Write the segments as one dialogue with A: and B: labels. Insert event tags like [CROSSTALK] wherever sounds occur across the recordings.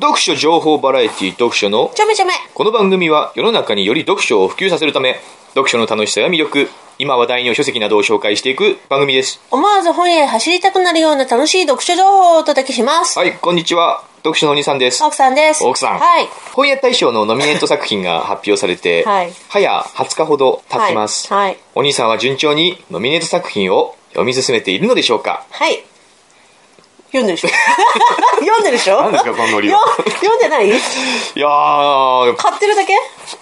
A: 読書情報バラエティ読書の
B: ちょめちょめ
A: この番組は世の中により読書を普及させるため読書の楽しさや魅力今話題の書籍などを紹介していく番組です
B: 思わず本屋へ走りたくなるような楽しい読書情報をお届けします、
A: はいこんにちは読書のお兄さんです
B: 奥さんです
A: 奥さん
B: はい
A: 本屋大賞のノミネート作品が発表されて、
B: はい
A: 早20日ほど経ちます、
B: はいはい
A: お兄さんは順調にノミネート作品を読み進めているのでしょうか
B: はい読んでる
A: [LAUGHS]
B: でしょ読んでるでしょ
A: 何ですかこのノリは
B: よ読んでない
A: いやー
B: 買ってるだけ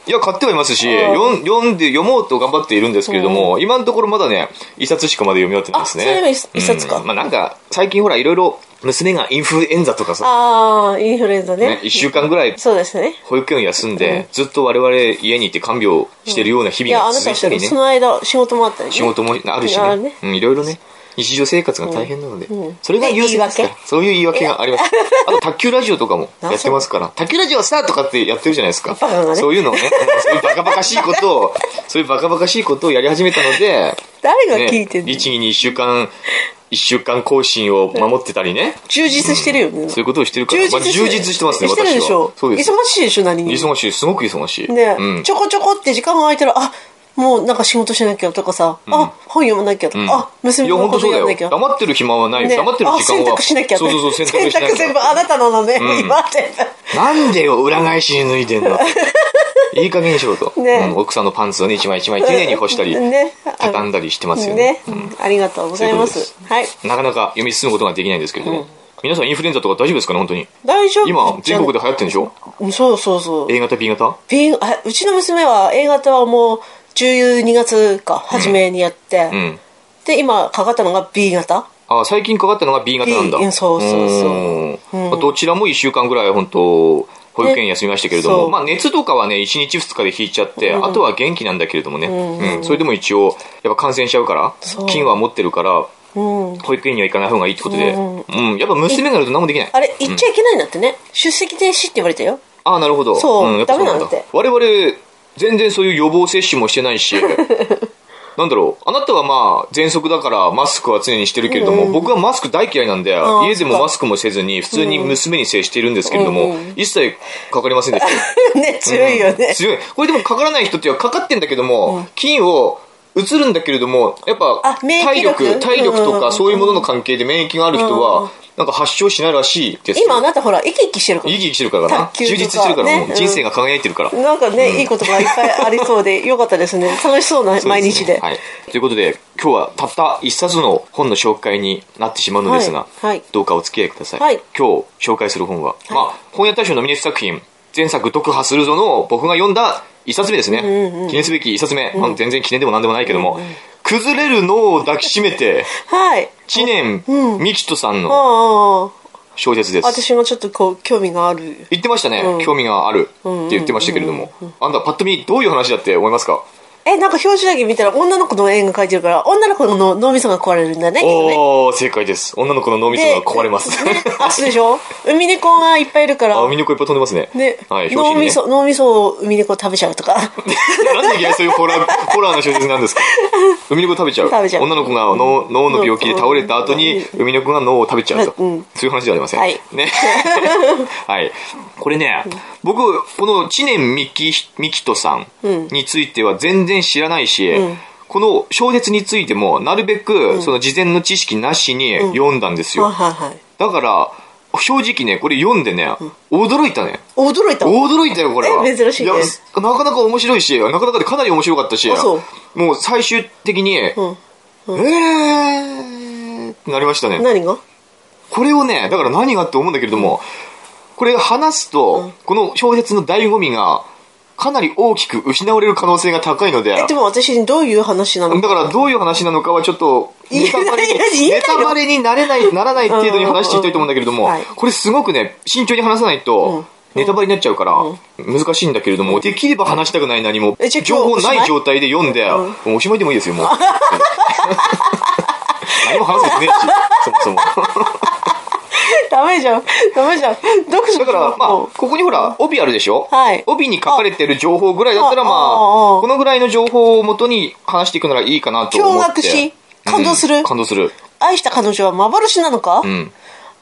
A: いや買ってはいますし
B: うん
A: 読ん読んで読もうと頑張っているんですけれども、今のところまだね一冊しかまで読み終わってないですね
B: あそれでも一一冊か
A: うんまあ、なんか最近ほらいろいろ娘がインフルエンザとかさ、
B: ああインフルエンザね
A: ね、1週間ぐらい
B: そうですね
A: 保育園休んで、ずっと我々家にいて看病してるような日
B: い
A: 々
B: やあ
A: が
B: な
A: 続
B: た
A: いたりね
B: その間仕事もあったりね
A: 仕事もあるしね
B: あるね
A: うん、いろいろね日常生活が大変なので、
B: うん
A: それが優先ですから
B: で言い
A: そういう言い訳がありますあと卓球ラジオとかもやってますから卓球ラジオさとかってやってるじゃないですか、
B: バカだね
A: そういうのをねそういうバカバカしいことをそういうバカバカしいことをやり始めたので、
B: 誰が聞
A: ね
B: いて、んの、
A: 律儀に1週間1週間更新を守ってたりね、
B: 充実してるよね、
A: そういうことをしてるから、まあ、充実してますね
B: し
A: 私
B: て
A: は
B: るでしょ
A: そうです
B: 忙しいでしょ何にも
A: 忙しいすごく忙しい、
B: ね、
A: うん
B: ちょこちょこって時間が空いたらあもうなんか仕事しなきゃとかさ、あ本読まなきゃとか、あ娘
A: いや
B: の
A: 本
B: こ
A: 当
B: と
A: そうだ
B: や
A: よ
B: んなきゃ
A: 黙ってる暇はない、黙ってる時間は
B: あ洗濯しなきゃ
A: そうそうそう洗濯しなきゃ
B: 洗濯全部あなたののね、
A: ん
B: 今全部
A: なんでよ、裏返しに脱いでん
B: [LAUGHS]
A: の。いい加減にしろと、
B: ね
A: うん奥さんのパンツをね、一枚一枚丁寧に干したり、
B: ね
A: 畳んだりしてますよね
B: ね、ありがとうございます
A: そう
B: はい
A: なかなか読み進むことができないんですけれども、皆さんインフルエンザとか大丈夫ですかね、本当に。
B: 大丈夫
A: 今、全国で流行ってるんでしょ
B: うんそうそうそう
A: ?A 型、B 型
B: B あうちの娘は A 型はもう12月か初めにやって、
A: うん。
B: で今かかったのが B 型
A: あ、最近かかったのが B 型なんだ。
B: B うんそうそうそう
A: うーんどちらも1週間ぐらい、本当保育園休みましたけれど
B: ね
A: も、
B: そう
A: まあ熱とかはね、1日2日で引いちゃって、あとは元気なんだけれどもね、うんそれでも一応、やっぱ感染しちゃうから、
B: そう
A: 菌は持ってるから、
B: うん
A: 保育園には行かない方がいいってことで、
B: う
A: うん、やっぱ娘がいると何もできない。
B: あれ行っちゃいけないんだってね、出席停止って言われたよ [LAUGHS]
A: ああ、なるほど。
B: そうん
A: やっぱ
B: ダメなんだって
A: 我々、全然そういう予防接種もしてない
B: [LAUGHS]
A: し、なんだろう、あなたはまあ、喘息だからマスクは常にしてるけれども、僕はマスク大嫌いなんで、
B: あー
A: 家でもマスクもせずに、普通に娘に接しているんですけれども、一切かかりませんでした。
B: ね強いよね、
A: 強い。これでもかからない人っていうかかってんだけども、菌を、移るんだけれども、やっぱ
B: あ、免
A: 体
B: 疫力
A: 力、体力
B: う
A: と
B: んうんう
A: か、
B: ん
A: そういうものの関係で免疫がある人は、なんか発症しないらしいですよ。
B: 今あなたほら生き生きしてるか
A: 生
B: ら
A: き生きしてるからな
B: 卓球
A: 充
B: とか
A: 実してるから、
B: ね
A: もう人生が輝いてるから、
B: なんかね、いいことがいっぱいありそ
A: [LAUGHS]
B: うでよかったですね楽しそうな
A: そう
B: 毎
A: すね
B: 日で
A: はい、ということで今日はたった一冊の本の紹介になってしまうのですが、
B: はいはい
A: どうかお付き合いください、
B: はい
A: 今日紹介する本は、まあ、本屋大賞のミネート作品「前作読破するぞ」の僕が読んだ一冊目ですね、記念すべき一冊目、まあ全然記念でも何でもないけども、崩れる脳を抱きしめて
B: はい
A: 知
B: [LAUGHS]
A: 念幹人さん
B: あ
A: の
B: あ
A: 小説です
B: 私もちょっとこう興味がある
A: 言ってましたね、
B: うん
A: 興味があるって言ってましたけれども、あんたパッと見どういう話だって思いますか
B: えなんか表紙だけ見たら女の子の絵が描いてるから女の子の脳みそが壊れるんだねきっとね
A: おお正解です女の子の脳みそが壊れます
B: ね、あそうでしょウミネコがいっぱいいるから
A: あ、海の子いっぱい飛んでますね。
B: ね、
A: はい、表
B: 脳
A: 紙に
B: み
A: ね。
B: そ脳みそをウミネコ食べちゃうとか
A: なんでいきなりそういうホラー、 [LAUGHS] ホラーの小説なんですか海の子食べちゃう。
B: 食べちゃう
A: 女の子が脳脳の病気で倒れた後に、海の子が脳を食べちゃうと。
B: うん
A: そういう話ではありません。
B: はい
A: ね。
B: [LAUGHS]
A: はい。これね、僕、この知念みき、みきとさんについては全然知らないし、この小説についても、なるべく、その事前の知識なしに読んだんです
B: はい
A: よ。
B: はいはい
A: だから、正直ね、これ読んでね、驚いたね。
B: 驚いたわ
A: 驚いたよこれは
B: え珍しいね
A: やなかなか面白いしなかなかでかなり面白かったし
B: あそう
A: もう最終的に、
B: ん
A: えーってなりましたね
B: 何が
A: これをねだから何がって思うんだけれども、これ話すと、この小説の醍醐味がかなり大きく失われる可能性が高いので
B: えでも私にどういう話なの
A: だからどういう話なのかはちょっと
B: 言
A: ネ
B: え
A: タ
B: ない
A: バレに
B: 言えない
A: ネタバレになれないならない程度に話していきたいと思うんだけれども、
B: うんうんうんはい
A: これすごくね慎重に話さないとネタバレになっちゃうから難しいんだけれども、できれば話したくない何も
B: えじゃあ今日
A: 情報
B: おし
A: な
B: ま
A: い
B: い
A: 状態で読んで、もうおしまいでもいいですよ
B: [LAUGHS]
A: もう何も話すことねえしそもそ
B: [LAUGHS]
A: も
B: ダメじゃんダメじゃん読書
A: だからまあ
B: うん
A: ここにほら帯あるでしょ、
B: はい
A: 帯に書かれてる情報ぐらいだったらまあ
B: ああああ
A: このぐらいの情報をもとに話していくならいいかなと思って
B: 驚愕し感動する
A: うん感動する
B: 愛した彼女は幻なのか、
A: うん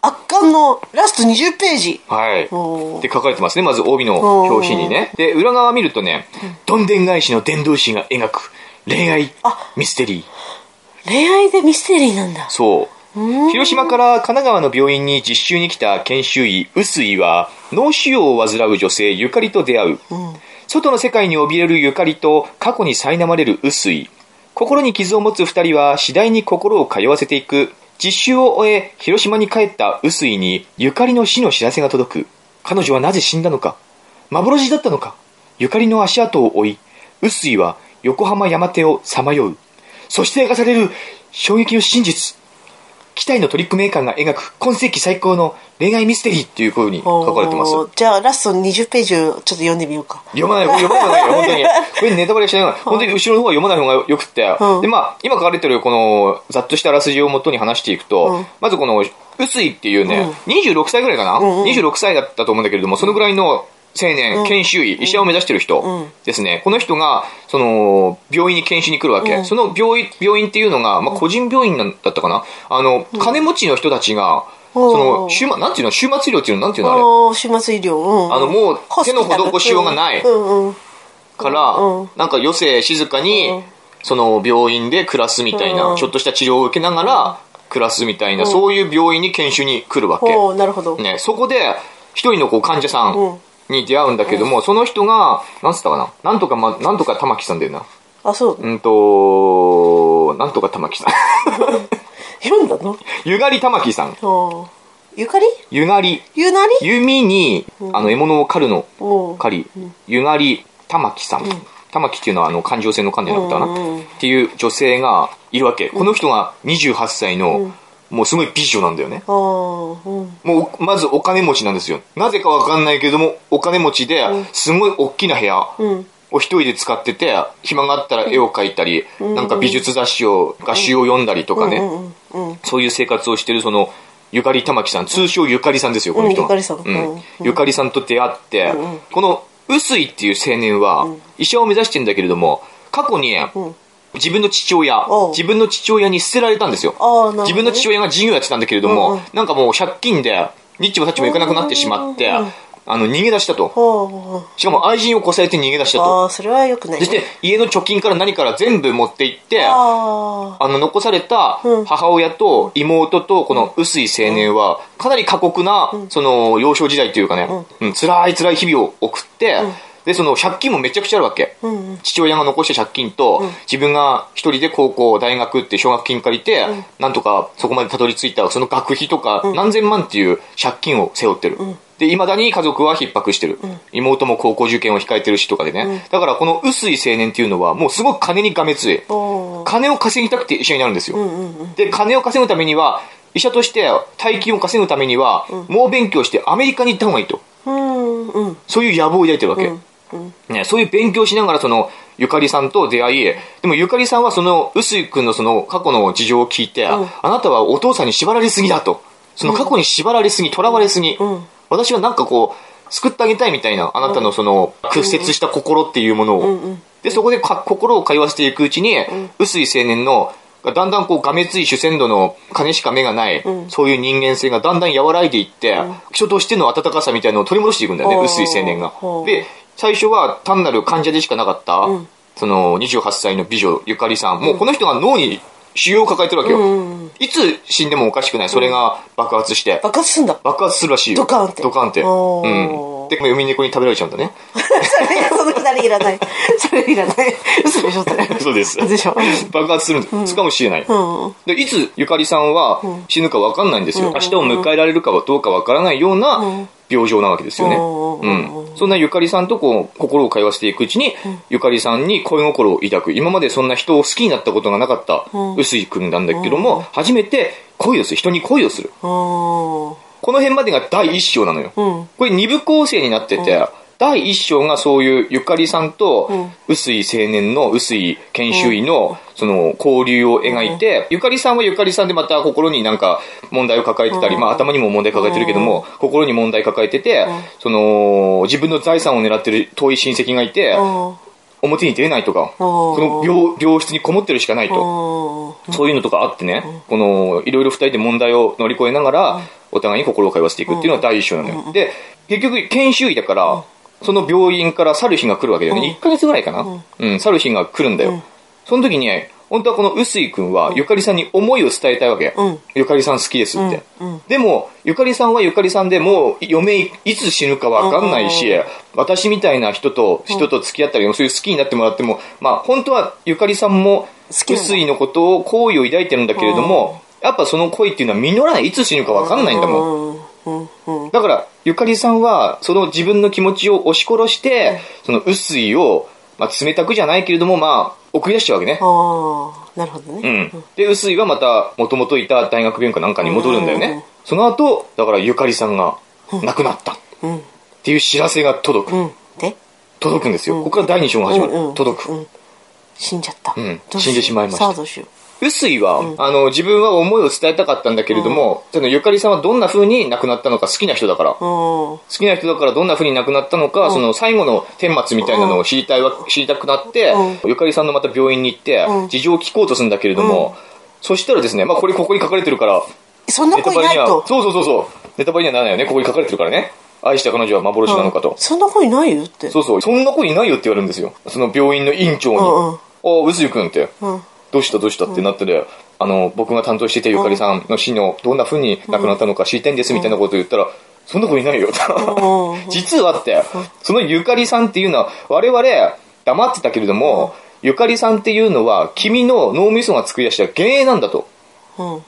B: 圧巻のラスト20ページ。
A: はい。
B: おー
A: で書かれてますね。まず帯の表紙にね。で、裏側見るとね、どんでん返しの伝道師が描く恋愛
B: あ
A: ミステリー。
B: 恋愛でミステリーなんだ。
A: そう。広島から神奈川の病院に実習に来た研修医、臼井は、脳腫瘍を患う女性、ゆかりと出会う。外の世界に怯えるゆかりと、過去に苛まれる臼井。心に傷を持つ二人は、次第に心を通わせていく。実習を終え、広島に帰った臼井に、ゆかりの死の知らせが届く。彼女はなぜ死んだのか幻だったのかゆかりの足跡を追い、臼井は横浜山手をさまよう。そして明かされる衝撃の真実。機体のトリックメーカーが描く今世紀最高の恋愛ミステリーっていう風に書かれてます。
B: おーじゃあ、ラスト20ページをちょっと読んでみようか。
A: 読まない、読ま
B: [LAUGHS]
A: ない方がいいよ、本当に。これネタバレしない方が、本当に後ろの方は読まない方がよくって。
B: うん
A: で、まあ、今書かれてるこの、ざっとしたあらすじを元に話していくと、
B: うん
A: まずこの、臼井っていうね、26歳ぐらいかな、
B: んうん
A: ?26 歳だったと思うんだけれども、そのぐらいの青年、研修医、医者を目指してる人
B: ん
A: ですね。この人が、その、病院に研修に来るわけ。その病院、病院っていうのが、まあ、個人病院なんだったかなあの、金持ちの人たちが、
B: うん
A: その、週末、なんていうの週末医療っていうのなんていうのあれ。
B: おー、週末医療。うん。
A: あの、もう
B: ホ、ス
A: 手
B: ピタ
A: の
B: ル
A: 施しようがない。
B: うんうん。
A: から、
B: うん
A: なんか余生静かに、
B: うん
A: その病院で暮らすみたいな、
B: うん
A: ちょっとした治療を受けながら暮らすみたいな、そういう病院に研修に来るわけ、
B: おー、なるほど。
A: ね、そこで一人のこう患者さ
B: うん
A: んに出会うんだけども、その人がなんつったかななんとか、ま、なんとか玉木さんだよな
B: あ、そう。
A: うんとなんとか玉木さん [LAUGHS]
B: 読んだの
A: ゆがり玉木さん
B: おーゆかり
A: ゆがり
B: ゆなり
A: 弓にあの獲物を狩るの
B: おー
A: 狩り、ゆがり玉木さん、玉木っていうのはあの環状線の環じゃなかったかな、
B: うんうん
A: っていう女性がいるわけ、この人が28歳の、もうすごい美女なんだよね
B: あーうん。
A: もうまずお金持ちなんですよなぜかわかんないけどもお金持ちですごい大きな部屋
B: うん。
A: を一人で使ってて暇があったら絵を描いたり、なんか美術雑誌を画集を読んだりとかね、
B: うんうんうん。
A: そういう生活をしてるそのゆかり玉木さん通称ゆかりさんですよこの人は、
B: うんゆかりさんうんうん
A: ゆかりさんと出会って、
B: うんうん
A: この臼井っていう青年は医者を目指してんだけれども過去に
B: うん
A: 自分の父親
B: おう
A: 自分の父親に捨てられたんですよ
B: あーなるほどね
A: 自分の父親が事業やってたんだけれども、
B: うんうん
A: なんかもう借金でニッチもサッチもいかなくなってしまって、
B: うんうんうん
A: あの逃げ出したと
B: は
A: しかも愛人をこさえて逃げ出した
B: あ。
A: と
B: ああー、それは良くない
A: そ
B: ね。
A: して家の貯金から何から全部持って行って
B: ああ。
A: あの残された
B: うん
A: 母親と妹とこの臼井青年はかなり過酷なその幼少時代というかね、うん、辛い辛い日々を送って、でその借金もめちゃくちゃあるわけ、
B: うんうん。
A: 父親が残した借金と、自分が一人で高校大学って奨学金借りて、なんとかそこまでたどり着いたその学費とか何千万っていう借金を背負ってる、でいまだに家族は逼迫してる、妹も高校受験を控えてるしとかでね、だからこの臼井青年っていうのはもうすごく金にがめつい
B: おー
A: 金を稼ぎたくて医者になるんですよ、
B: うんうんうん。
A: で金を稼ぐためには医者として大金を稼ぐためには、猛勉強してアメリカに行った方がいいと
B: うんうん。
A: そういう野望を抱いてるわけ、ね、そういう勉強をしながらそのゆかりさんと出会いでもゆかりさんはその臼井君のその過去の事情を聞いて、あなたはお父さんに縛られすぎだとその過去に縛られすぎとらわれすぎ、
B: ん
A: 私はなんかこう救ってあげたいみたいなあなたのその屈折した心っていうものを、
B: うん
A: でそこでか心を通わせていくうちに臼井、青年のがだんだんこうがめつい主戦度の金しか目がない、そういう人間性がだんだん和らいでいって、人としての温かさみたいなのを取り戻していくんだよね
B: おー
A: 臼井青年が
B: ほう
A: で最初は単なる患者でしかなかった、その28歳の美女ゆかりさんもうこの人が脳に腫瘍を抱えてるわけよ、いつ死んでもおかしくないそれが爆発して、
B: 爆発すんだ。
A: 爆発するらしいよ
B: ドカンって
A: ドカンって
B: おー
A: うんで海猫に食べられちゃうんだ
B: [LAUGHS]
A: ね
B: それ、そのくだりいらない。それいらない。嘘でしょ、それ。
A: そうです
B: でしょ。
A: [LAUGHS] 爆発するんですかもしれない、
B: うん。
A: でいつゆかりさんは死ぬか分かんないんですよ、
B: うん
A: 明日を迎えられるかはどうか分からないようなん病状なわけですよね、
B: うん
A: うんそんなゆかりさんとこう心を通わせていくうちに、ゆかりさんに恋心を抱く今までそんな人を好きになったことがなかった臼井君なんだけども、初めて恋をする人に恋をする
B: うん。
A: この辺までが第一章なのよ、
B: うん。
A: これ二部構成になってて、第一章がそういうゆかりさんと臼井青年の臼井研修医のその交流を描いて、ゆかりさんはゆかりさんでまた心になんか問題を抱えてたり、まあ頭にも問題抱えてるけども、心に問題抱えてて、その自分の財産を狙ってる遠い親戚がいて、
B: うん。
A: 表に出れないとか、こ
B: おー
A: の病病室にこもってるしかないと。
B: うん。
A: そういうのとかあってね、この、いろいろ二人で問題を乗り越えながら、お互いに心を通わせていくっていうのが第一章なのよ。で、結局、研修医だから、その病院から去る日が来るわけだよね。1ヶ月ぐらいかな。うん、去る日が来るんだよ。その時に、本当はこの臼井くんは、ゆかりさんに思いを伝えたいわけ。
B: うん
A: ゆかりさん好きですって。でも、ゆかりさんはゆかりさんでもう、嫁いいつ死ぬかわかんないし、私みたいな人と、人と付き合ったり、そういう好きになってもらっても、まあ、本当はゆかりさんも、
B: きなんだ
A: 臼井のことを、好意を抱いてるんだけれども、やっぱその恋っていうのは実らない。いつ死ぬかわかんないんだもん。
B: うんうんうん
A: だから、ゆかりさんは、その自分の気持ちを押し殺して、その薄いを、まあ、冷たくじゃないけれども、まあ、送り出しちゃうわけね。
B: ああなるほど
A: う
B: ね、
A: ん。で、薄いはまた、もともといた大学病院かなんかに戻るんだよ
B: うんうんうん
A: ね。その後、だからゆかりさんが、亡くなった。っ
B: うんうん
A: ていう知らせが届く。
B: で
A: 届くんですよ。ここから第2章が始ま
B: うんうん
A: る。届く。
B: うん死んじゃった、
A: うん
B: どう
A: 死んでしまいました
B: さあどうしよ
A: 薄井は、あの、自分は思いを伝えたかったんだけれども、そのゆかりさんはどんな風に亡くなったのか好きな人だから。
B: ううん
A: 好きな人だからどんな風に亡くなったのか、その最後の顛末みたいなのを知りたいわ、知りたくなって、ゆかりさんのまた病院に行って、
B: うん
A: 事情を聞こうとするんだけれども、そしたらですね、まあこれここに書かれてるから、
B: そんな
A: ネタ
B: 子い
A: バレ
B: ない
A: には、そ
B: と
A: うそうそうそう、ネタバレにはならないよね、ここに書かれてるからね。愛した彼女は幻なのかと。
B: そんな子いないよって
A: そうそう、そんな子いないよって言われるんですよ。その病院の院長に。
B: うんうん
A: ああ、うずゆくんって。
B: うん
A: どうしたどうしたってなってで、あの、僕が担当していたゆかりさんの死のどんな風に亡くなったのか知りたいんですみたいなことを言ったら、そんな子いないよと
B: う。ん
A: 実はって、そのゆかりさんっていうのは、我々黙ってたけれども、ゆかりさんっていうのは、君の脳みそが作り出した幻影なんだと。
B: うん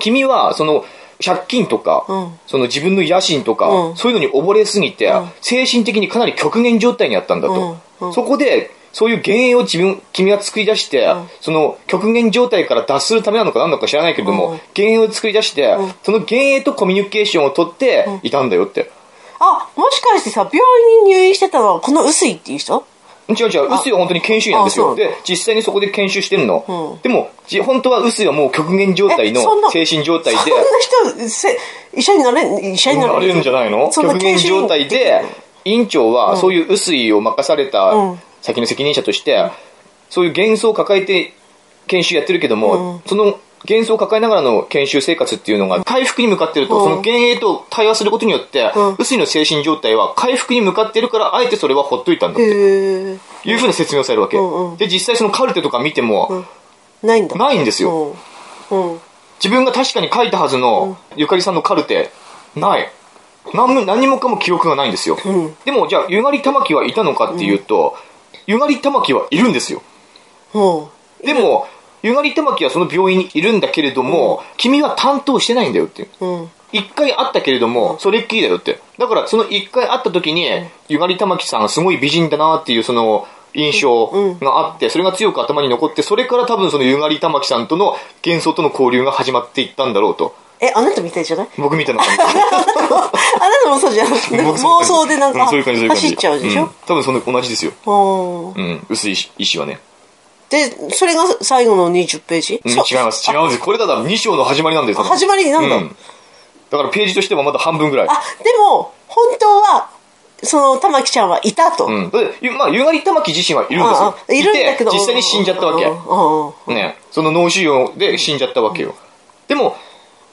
A: 君は、その、借金とか、
B: うん
A: その自分の野心とか、
B: うん
A: そういうのに溺れすぎて、精神的にかなり極限状態にあったんだと。
B: うんうん
A: そこで、そういう幻影を自分、君が作り出して、その極限状態から脱するためなのか何なのか知らないけれども、
B: うん
A: 幻影を作り出して、その幻影とコミュニケーションを取っていたんだよって。
B: あもしかしてさ病院に入院してたのはこの臼井っていう人
A: 違う違う、薄井は本当に研修医なんです
B: あそ
A: よ。
B: うなん
A: で、実際にそこで研修してんの。
B: うん
A: でも、じ本当は薄井はもう極限状態の
B: えそんな
A: 精神状態で、
B: そんな人せ医者になれ医者になれ
A: なれるんじゃないの
B: そんな
A: 極限状態で院長はそういう薄いを任された
B: うん
A: 先の責任者としてそういう幻想を抱えて研修やってるけども、その幻想を抱えながらの研修生活っていうのが回復に向かってると、
B: うん
A: その幻影と対話することによって、
B: うん
A: 薄いの精神状態は回復に向かってるから、あえてそれはほっといたんだって
B: へえ
A: いうふうな説明をされるわけ。
B: うんうん
A: で、実際そのカルテとか見ても、
B: ないんだ
A: ないんですよ。
B: うんうん
A: 自分が確かに書いたはずのゆかりさんのカルテない何も何もかも記憶がないんですよ、
B: ん
A: でもじゃあゆがり玉木はいたのかっていうと、ゆがり玉木はいるんですよ
B: うん
A: でもゆがり玉木はその病院にいるんだけれども、君は担当してないんだよっていう
B: うん
A: 一回会ったけれども、それっきりだよって。だから、その一回会った時に、ゆがりたまきさんがすごい美人だなっていう、その、印象があって、それが強く頭に残って、それから多分そのゆがりたまきさんとの幻想との交流が始まっていったんだろうと。
B: えあなたみたい
A: [LAUGHS]
B: じゃない
A: 僕みたいな感じ。
B: あなたもそうじゃん [LAUGHS] 妄
A: 僕そういう感じ
B: 想でなん
A: う
B: か
A: そういう感じ、そういう感じ。
B: 走っちゃうでし
A: ん多分その同じですよ。
B: ょうん
A: うん、薄い意志はね。
B: でそれが最後の20ページ
A: うん違い
B: そう
A: ます、違うんです。これただ2章の始まりなんですよ。
B: 始まりなんだ
A: うんだからページとしてはまだ半分ぐらい。
B: あでも本当はその玉木ちゃんはいたと
A: うん。だってゆまあ、ゆがりたまき自身はいるんです
B: あ
A: よ。
B: あいるんだけど
A: いて実際に死んじゃったわけ。
B: うんうんうん
A: ね、その脳腫瘍で死んじゃったわけよ。でも、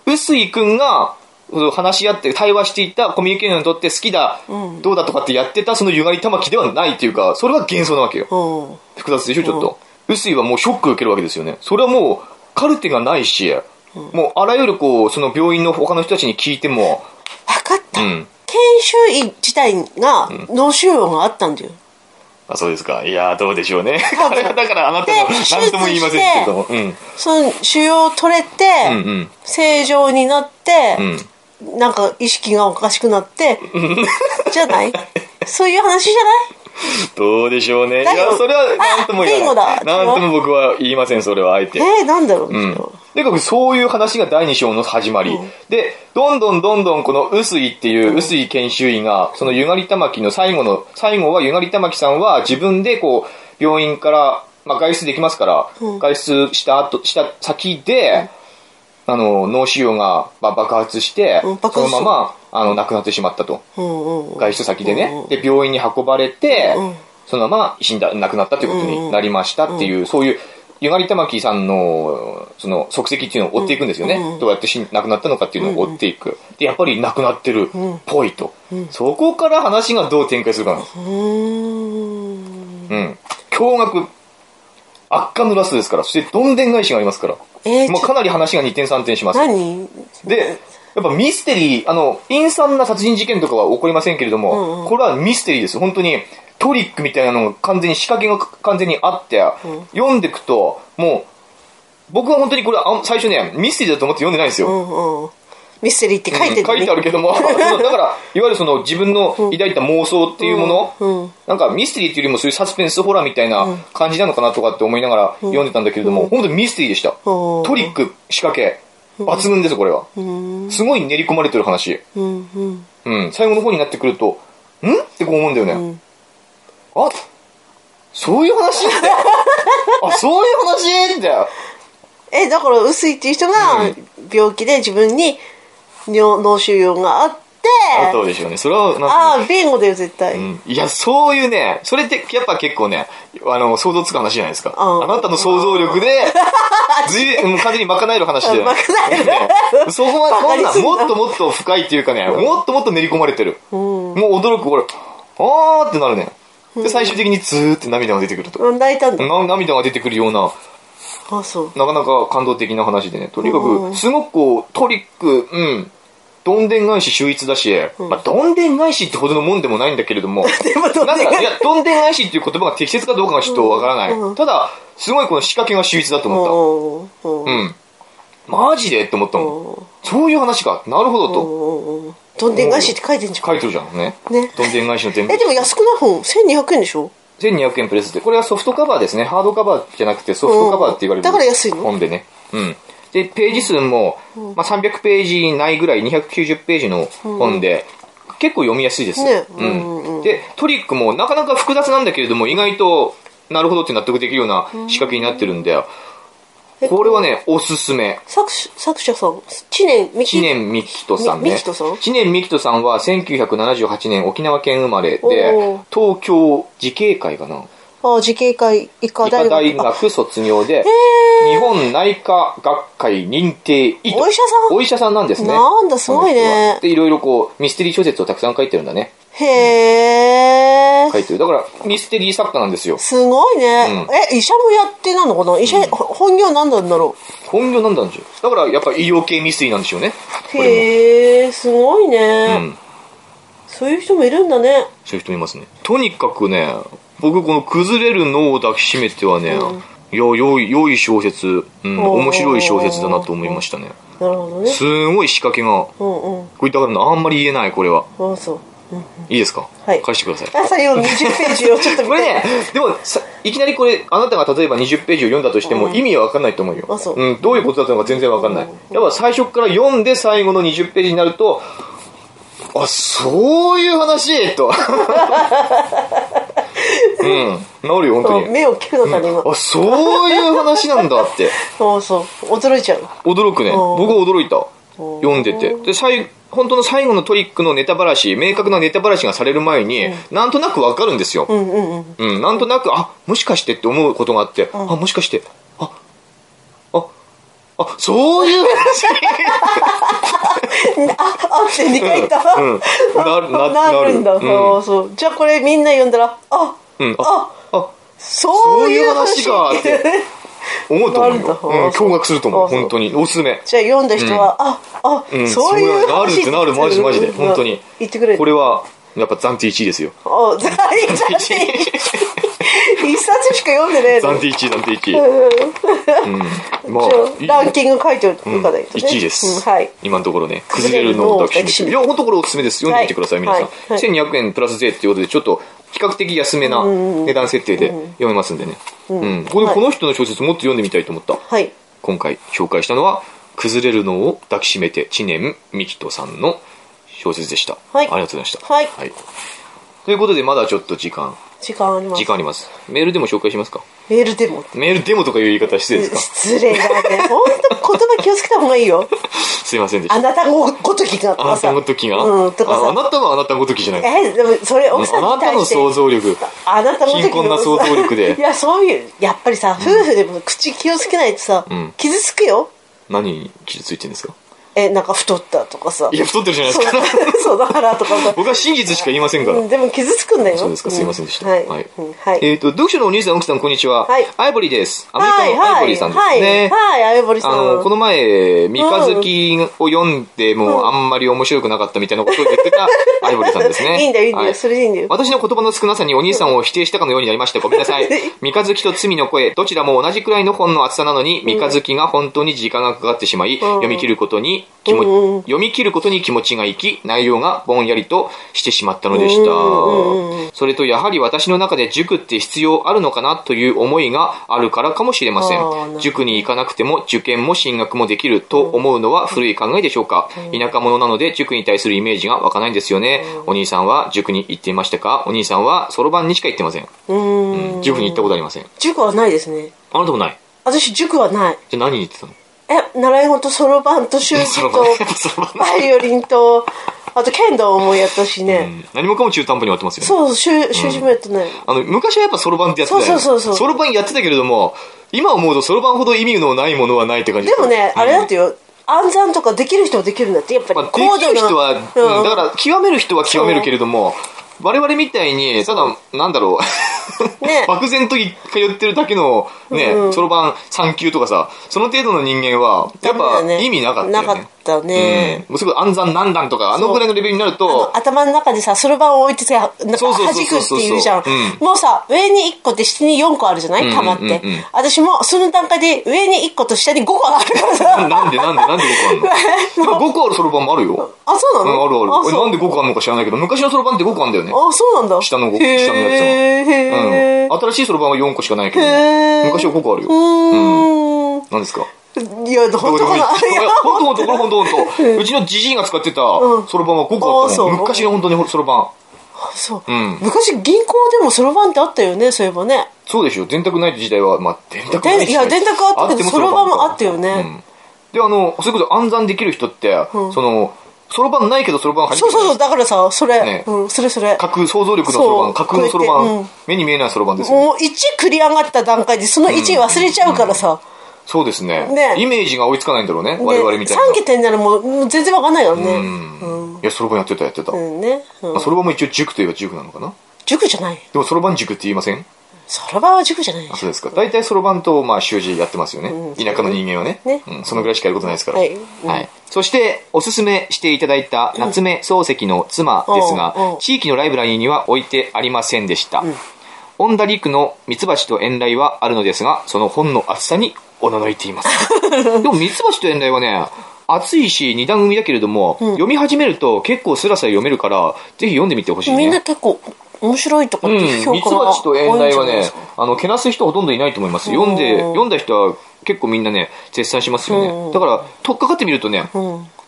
A: 臼井くんが、その話し合って、対話していたコミュニケーションにとって好きだ、どうだとかってやってた、そのゆがり玉木ではないっていうか、それは幻想なわけよ。
B: うん
A: 複雑でしょ、ちょっと。臼井はもうショックを受けるわけですよね。それはもう、カルテがないし、もうあらゆるこう、その病院の他の人たちに聞いても、
B: 分かった、
A: うん
B: 研修医自体が脳腫瘍があったんだよ、
A: あ、そうですか。いやー、どうでしょうね。
B: 多分
A: これ [LAUGHS] はだからあなたの
B: で
A: 何とも言いませんけども。うん。
B: その腫瘍取れて、
A: うんうん
B: 正常になって、なんか意識がおかしく
A: [LAUGHS]
B: なって、じゃないそういう話じ
A: どうでしょうね。いや
B: だけど、
A: それは何とも言わな
B: あ
A: い。
B: ビンゴだ
A: 何とも僕は言いません、それはあえて
B: ゃな。いえー、なんだろう、
A: うん。とにかくそういう話が第2章の始まり。で、どんどんどんどんこの臼井っていう臼井研修医が、そのゆがりたまきの最後の、最後はゆがりたまきさんは自分でこう、病院から、まあ外出できますから、外出した後、した先で、あの、脳腫瘍が、まあ、爆発して、
B: うん爆
A: そ
B: 発
A: のまま、あの、亡くなってしまったと。
B: うんうんうん
A: 外出先で
B: うんう
A: ね
B: ん、
A: で、病院に運ばれて
B: うん、
A: そのまま死んだ、亡くなったということになりましたっていう、そういう湯狩玉木さんのその足跡っていうのを追っていくんですよね、
B: うんうん
A: どうやってし亡くなったのかっていうのを追っていくでやっぱり亡くなってるっぽいと、そこから話がどう展開するかなんです
B: うーん
A: うん驚愕悪化のラスですからそしてどんでん返しがありますから、
B: えー
A: もう
B: ちょ
A: かなり話が2点3点します
B: 何
A: で、やっぱミステリー、あの、陰惨な殺人事件とかは起こりませんけれども、
B: うんうん
A: これはミステリーです。本当にトリックみたいなのが完全に仕掛けが完全にあって、読んでいくと、もう、僕は本当にこれあ最初ね、ミステリーだと思って読んでないんですよ。
B: うんうんミステリーって書いてる、ね
A: 書いてあるけど
B: [LAUGHS]
A: も、そうだから、いわゆるその自分の抱いた妄想っていうもの、
B: うんうん
A: なんかミステリーっていうよりもそういうサスペンスホラーみたいな感じなのかなとかって思いながら読んでたんだけれども、本当にミステリーでした。
B: うん
A: トリック、仕掛け、抜群です、これは。すごい練り込まれてる話。
B: うんうん
A: うん、最後の方になってくると、んってこう思うんだよね。あそういう話 [LAUGHS] って。あ、そういう話って。
B: えだから薄いっていう人が病気で自分に尿脳腫瘍があって
A: あったでしょうね。それはなんか、
B: ああビンゴだよ絶対、
A: うんいや、そういうね、それってやっぱ結構ね、あの、想像つく話じゃないですか。
B: うん
A: あなたの想像力で、
B: [LAUGHS]
A: ずいもう完全に賄える話で。
B: 賄える
A: ねそこは、
B: バ
A: こ
B: カ
A: ん
B: に
A: な
B: す
A: ん
B: んな
A: もっともっと深いっていうかね、もっともっと練り込まれてる。もう驚く、これ、あーってなるね。で、最終的にツーって涙が出てくると。
B: うん泣いたんだ、
A: な涙が出てくるような、
B: あそう
A: なかなか感動的な話でね、とにか
B: う
A: く、すごくこう、トリック、うん、どんでん返し秀逸だし、まあ、どんでん返しってほどのもんでもないんだけれど
B: [LAUGHS]
A: も、
B: でもど
A: なんん
B: で
A: か、い
B: が
A: や、どんでん返しっていう言葉が適切かどうかがちょっとわからない。ただ、すごいこの仕掛けが秀逸だと
B: う
A: 思っ
B: んうんう
A: た。うんん。マジでって思ったもん。そういう話か。なるほどと。
B: うんうんどんでん返しって書いてんじゃん
A: 書いてるじゃんね。
B: ね
A: どんでん返しの全部
B: え。でも安くない本1200円でしょ
A: 1200円プレスで。これはソフトカバーですね。ハードカバーじゃなくてソフトカバーって言われる。
B: うんだから安いの
A: 本でね。うん。で、ページ数も、まあ、300ページないぐらい290ページの本で、結構読みやすいです。
B: ね
A: う
B: うん
A: ん。で、トリックもなかなか複雑なんだけれども、意外と、なるほどって納得できるような仕掛けになってるんで、
B: え
A: これはね、おすすめ。
B: 作者作者さん知念美
A: 知
B: 希
A: 念幹人さん
B: み
A: ね。
B: 幹人さん
A: 知念幹人さんは1978年沖縄県生まれで
B: おー、
A: 東京慈恵会かな。
B: ああ慈恵会医科
A: 医科
B: 大学
A: 大学卒業で、日本内科学会認定医と
B: お医者さん
A: お医者さんなんですね。
B: なんだすごいね
A: この人はで、いろいろこう、ミステリー小説をたくさん書いてるんだね。
B: へえ、
A: 書いてる。だから、ミステリー作家なんですよ。
B: すごいね、
A: うん
B: え医者もやってなのかな医者、ほ本業何なんだろ
A: 本業なんだんでしょう。だから、やっぱ医療系ミステリーなんでしょうね。
B: う
A: これ
B: へえすごいね、
A: も。うん。
B: そういう人もいるんだね
A: そういう人いますね。とにかくね、僕、この崩れる脳を抱きしめてはね、いや、良い、良い小説、うん、
B: おー
A: 面白い小説だなと思いましたね。
B: なるほどね
A: すごい仕掛けが、
B: うんうん
A: これだからあんまり言えない、これは。
B: ああそう
A: いいですか
B: はい
A: 返してください。
B: 朝4 20ページをちょっと見
A: [LAUGHS] こ
B: て
A: れね、でもさ、いきなりこれ、あなたが例えば20ページを読んだとしても、意味は分かんないと思うよ。、
B: あそうん
A: どういうことだったのか全然分かんない。やっぱ最初から読んで最後の20ページになると、あ、そういう話と。 [LAUGHS] うん、なるよ、本当
B: うん
A: に。
B: 目を聞くのかね今、
A: あ、そういう話なんだって。
B: そうそう驚いちゃう
A: 驚くね。
B: ん
A: 僕は驚いた。
B: ん
A: 読んでて。で、最本当の最後のトリックのネタばらし、明確なネタばらしがされる前に、なんとなく分かるんですよ。
B: うんうんうん
A: うん、なんとなく、あ、もしかしてって思うことがあって、あ、もしかして、あ、あ、あ、そういう
B: [LAUGHS]
A: 話
B: ああって2回言った、
A: うん、なる、な、
B: なるんだ、
A: うん、
B: そうそうじゃあこれみんな読んだらあ
A: うん、あ
B: あ、
A: あ、
B: そういう話
A: そういう話かって思うと思う
B: なるんだ
A: よ。うん、驚愕すると思う、
B: あそう
A: 本当に。おすすめ。
B: じゃあ読んだ人は、ああ、
A: ん
B: そういう話
A: そうなるってなるマジマジで
B: うん
A: 本当に
B: 言ってくれ
A: こ
B: る
A: れは、やっぱ暫定1位ですよ。
B: あ在在
A: 暫定
B: 一冊しか読んでね
A: [LAUGHS]
B: え
A: 暫
B: の
A: 定1位、暫定1位。うん。ま
B: じゃ
A: あ
B: あ、ランキング書いておかないとね、
A: 1位です、
B: うんはい
A: 今のところね崩れるのを抱きしめていや本当これおすすめです読んでみてください、
B: はい
A: 皆さん、
B: はい
A: 1200円プラス税っていうことでちょっと比較的安めな値段設定で読めますんでね、うんこの
B: はい
A: この人の小説もっと読んでみたいと思った、
B: はい
A: 今回紹介したのは「崩れるのを抱きしめて」知念幹人さんの小説でした、あ
B: はい
A: りがとうございました、
B: はい
A: ということでまだちょっと時間
B: 時間あります
A: 時間ありますメールでも紹介しますか
B: メールでも
A: メールでもとかいう言い方失礼
B: [LAUGHS]
A: ですか
B: 失礼だね本当言葉気をつけた方がい
A: [LAUGHS]
B: いよ
A: すいませんでし
B: あ
A: た
B: なたごごときがと
A: あ
B: か
A: なた
B: さ
A: の時が、
B: うんとか
A: あ
B: さ
A: あなたのあなたごときじゃない
B: えでもそれ
A: あ
B: 奥さん
A: な
B: に
A: た
B: 対
A: の
B: して
A: 想像力
B: あなたの時の
A: 貧困な想像力で
B: [LAUGHS] いやそういうやっぱりさ夫婦でも口気をつけないとさ、
A: ん
B: 傷つくよ
A: 何に傷ついてるんですか
B: えなんか太ったとかさ
A: いや太ってるじゃない
B: そ
A: ですか
B: うそうだからとかさ
A: 僕は真実しか言いませんから
B: うんでも傷つくんだよ
A: そうですかすいませんでした、
B: うはい、
A: はい
B: うんはい
A: えっ、と読書のお兄さん奥さんこんにちは、
B: はい
A: アイボリーですアメリカのアイボリーさんですね、
B: はい、はい、アイボリーさん。
A: あのこの前三日月を読んでもあんまり面白くなかったみたいなことを言ってたアイボリーさんですね
B: [LAUGHS] いいんだよ、いいんだよ、
A: は
B: それでいいんだよ。
A: 私の言葉の少なさにお兄さんを否定したかのようになりました。ごめんなさい。三日月と罪の声、どちらも同じくらいの本の厚さなのに、三日月が本当に時間がかかってしまい、読み切ることに気持ち、
B: うんうん
A: 読み切ることに気持ちがいき、内容がぼんやりとしてしまったのでした。
B: うんうん
A: それと、やはり私の中で塾って必要あるのかなという思いがあるからかもしれませ
B: あーなるほ
A: ん。
B: ど
A: 塾に行かなくても受験も進学もできると思うのは古い考えでしょうか、田舎者なので塾に対するイメージが湧かないんですよね、お兄さんは塾に行っていましたかお兄さんはそろばんにしか行ってません、
B: うーん。
A: 塾に行ったことありません
B: 塾はないですね。
A: あなたもない
B: 私、塾はない。
A: じゃあ何に行ってたの
B: え、習い事、そろばんと習字
A: そろ
B: と
A: ばんやっぱそろばん
B: バイオリンと、あと剣道もやったし
A: う
B: ね。
A: ん何もかも中途半端に終わってますよね
B: そう、習習字もやったね。
A: あの昔はやっぱそろばんってやってたよね
B: そうそうそうそう
A: そろばんやってたけれども今思うとそろばんほど意味のないものはないって感じ
B: でもね、
A: うん
B: あれだってよ、暗算とかできる人はできるんだって、やっぱり、
A: まあ、できる人は、うんだからら極める人は極めるけれども我々みたいにただなんだろう、
B: ね
A: [LAUGHS] 漠然と通ってるだけのねそろばん3級とかさその程度の人間はやっ
B: ダメだ
A: ぱ
B: ね
A: 意味なかったよね
B: なかったね
A: うん、もうすぐ暗算何段とかあのぐらいのレベルになる
B: あの
A: と
B: 頭の中にさそろばんを置いてさなんか
A: そうそう
B: 弾
A: そう
B: く
A: そう
B: っていうじゃん
A: う
B: もうさ上に1個って下に4個あるじゃない
A: うん
B: 玉っ
A: うん
B: て
A: うん
B: 私もその段階で上に1個と下に5個あるから
A: な
B: さ [LAUGHS]
A: んでなんでなんで5個あんの ?5 個あるそろばんもあるよ。
B: あそう
A: うん、
B: なの
A: あるある。え
B: そ
A: な
B: うん
A: で5個あんのか知らないけど、昔のそろばんって5個あんだよね。
B: あそうなんだ
A: 下の五
B: へー
A: 下のやつは
B: へー
A: うん。新しいそろばんは4個しかないけど、
B: へー
A: 昔は5個ある
B: う
A: よ。
B: ーん
A: 何ですか
B: いや本当か
A: どうでも
B: な
A: いい
B: いや
A: ほんとほんと、これほんとほんと。うちのじじいが使ってたそろばんは5個あったの。
B: あそう
A: 昔の本当にそろばん。
B: [LAUGHS] そう
A: うん
B: 昔銀行でもそろばんってあったよねそういえばね
A: そうでしょ。電卓ない時代は、まあ、電卓ない
B: でい
A: 時代
B: や電卓あったけどそろばんもあったよ
A: う
B: ね
A: んで、あの、それこそ暗算できる人って、その、そろばんないけどそろばん入って
B: そう
A: る
B: そうそうだからさそ
A: ね
B: れうんそれそれ
A: 架空想像力のそろばん、
B: そ
A: 架
B: う
A: 空のそろ
B: こうや
A: ば
B: っ
A: ん
B: て、
A: 目に見えないそろばんですよね。
B: もう1繰り上がった段階でその1忘れちゃうからさ、
A: そうですね
B: ね
A: イメージが追いつかないんだろうね。
B: で
A: 我々みたいな。
B: 3桁になるもうもう全然わかんないからねう
A: うん。いや、そろばんやってた、やってた。ま
B: んね、うん
A: あそろばんも一応塾といえば塾なのかな
B: 塾じゃない
A: でもそろばん塾って言いません
B: そろばんは塾じゃない
A: あそうですか大体そろばんとまあ習字やってますよね、田舎の人間はね
B: ね
A: うん、そのぐらいしかやることないですから、
B: はいうん
A: そしておすすめしていただいた夏目漱石の妻ですが、
B: うんうん
A: 地域のライブラリーには置いてありませんでした、オンダリークの「ミツバチと遠雷」はあるのですがその本の厚さにおののいてい
B: [LAUGHS]
A: ますでも「ミツバチと遠雷」はね熱いし二段組だけれども、読み始めると結構スラスラ読めるからぜひ読んでみてほしいね
B: みんな結構面白いとかっ
A: うん
B: て、評
A: ミツ
B: 価が
A: バチと遠
B: 多いん
A: 雷
B: じゃ
A: は
B: ないで
A: ね
B: すか、
A: あの、けなす人ほとんどいないと思います。読んで、
B: うん
A: 読んだ人は結構みんなね、絶賛しますよね。だから、とっかかってみるとね、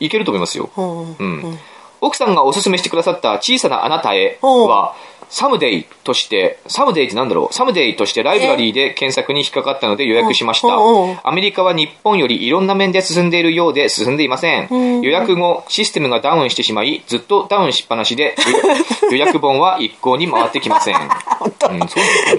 A: いけると思いますよ。
B: うんうん
A: うん。奥さんがおすすめしてくださった小さなあなたへ
B: うん
A: は、サムデイとして、サムデイってなんだろうサムデイとしてライブラリーで検索に引っかかったので予約しました。
B: うんうんうん
A: アメリカは日本よりいろんな面で進んでいるようで進んでいません。
B: ん
A: 予約後、システムがダウンしてしまい、ずっとダウンしっぱなしで、
B: [LAUGHS]
A: 予予約本は一向に回ってきません。うん、そうなんで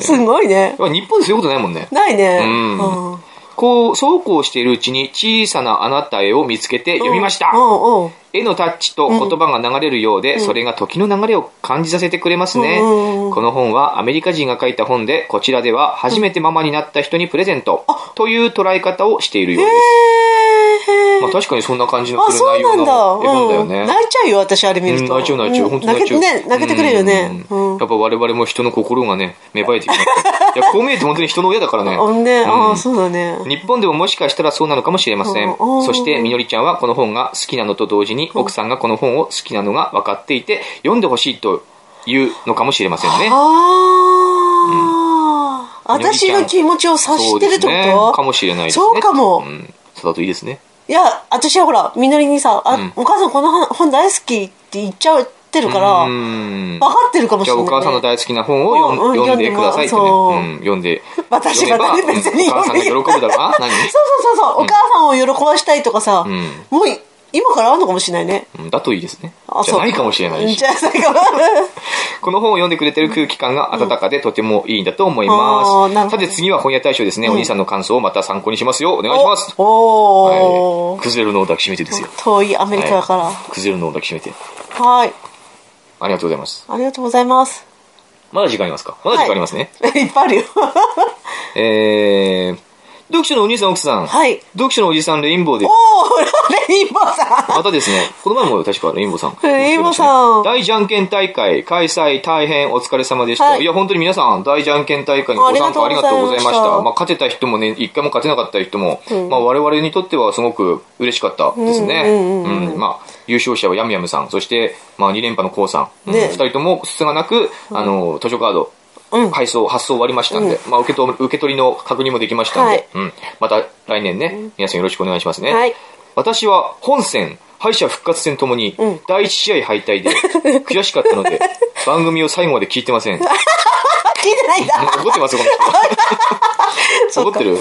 A: す
B: す
A: よね。
B: ごいね
A: いや日本でそういうことないもんね。
B: ないね
A: うん
B: うん
A: こう、そうこうしているうちに小さなあなたへを見つけて読みました。
B: うんうん
A: 絵のタッチと言葉が流れるようで、それが時の流れを感じさせてくれますね、
B: うんうんうん
A: この本はアメリカ人が書いた本でこちらでは初めてママになった人にプレゼントという捉え方をしているようで
B: へ
A: す、
B: え
A: まあ、確かにそんな感じの
B: あ
A: する
B: そ
A: 内
B: う
A: 容
B: なん
A: の絵本だ
B: だ、
A: よ
B: うん、
A: ね、
B: 泣いちゃうよ私あれ見ると、
A: うん泣いちゃう泣いちゃう、
B: ん
A: 本当に泣いちゃう
B: 泣け,、ね、泣けてくれるよね、う
A: うん
B: ん
A: やっぱ我々も人の心がね芽生えてきますいやこう見えて本当に人の親だからね
B: あね、あ
A: う
B: あ
A: ん
B: そうだね
A: 日本でももしかしたらそうなのかもしれません。
B: うん
A: そして、みのりちゃんはこの本が好きなのと同時に、奥さんがこの本を好きなのが分かっていて、読んでほしいというのかもしれませんね。
B: ああ、私の気持ちを察
A: そ
B: し
A: う
B: て
A: で
B: る
A: す
B: ってこと、
A: ね。かもしれないですね。
B: そうかも
A: うん。そうだといいですね。
B: いや私はほらみのりにさあ、お母さんこの本大好き」って言っちゃってってるから、
A: う
B: 分
A: ん
B: かってるかもし
A: じゃ
B: れ
A: あ
B: な
A: お
B: い、
A: 母
B: ね。
A: さんの大好きな本を
B: うんうん
A: 読ん読んで
B: 読んで
A: く
B: も
A: ださいってね、
B: そう
A: うん、読んで
B: 私はね
A: 読めば
B: 別に
A: うんお母さんが喜ぶだろうな何
B: そうそうそうそう、お母さんを喜ばしたいとかさ、
A: ん
B: もうい今からあるのかもしれないね。
A: うんだといいですね
B: あ
A: じゃないかもしれないし
B: じゃないかも。
A: この本を読んでくれてる空気感が温かでとてもいいんだと思い
B: あ
A: ま
B: ーなる
A: す。
B: ほ
A: さ
B: ど
A: て次は本屋大賞ですね。お兄さんの感想をまた参考にしますよ。お願いします。
B: お
A: は
B: お
A: い。
B: ー、
A: 崩れるのを抱きしめてですよ。
B: 遠いアメリカだから。は
A: はい崩れるのを抱きしめて。
B: い。
A: ありがとうございます。
B: ありがとうございます。
A: まだ時間ありますかまだ時間ありますね。
B: いっぱいあるよ。
A: えー、読書のお兄さん奥さん。
B: はい
A: 読書のおじさんレインボーで
B: お。お、レインボーさん。
A: またですね、この前も確かレインボーさん。
B: レインボーさん
A: 大じゃんけん大会開催大変お疲れ様でした。、
B: はいい
A: や、本当に皆さん、大じゃんけん大会にご参加あ
B: あ
A: り
B: り
A: が
B: が
A: と
B: と
A: う
B: う
A: ご
B: ご
A: ざ
B: ざ
A: いま
B: いま
A: し。
B: したた
A: まあ、勝てた人もね、一回も勝てなかった人も、まあ、我々にとってはすごく嬉しかったですね。う
B: うんんうん
A: まあ、優勝者はヤムヤムさん、そして、まあ、2連覇のコウさん。うん二、
B: ね
A: 人とも、すがなく、あの、図書カード。
B: うん
A: 配送、発送終わりましたんで、まあ、受けと受け取りの確認もできましたんで、
B: はい
A: うん、また来年ね、皆さんよろしくお願いしますね。
B: はい
A: 私は本戦、敗者復活戦ともに、第1試合敗退
B: [LAUGHS]
A: で、悔しかったので、番組を最後まで聞いてま
B: [LAUGHS]
A: せん。怒
B: あ、聞いてないんだ。
A: ってますよ、この人。
B: そ
A: 怒
B: っ
A: っ
B: か
A: てる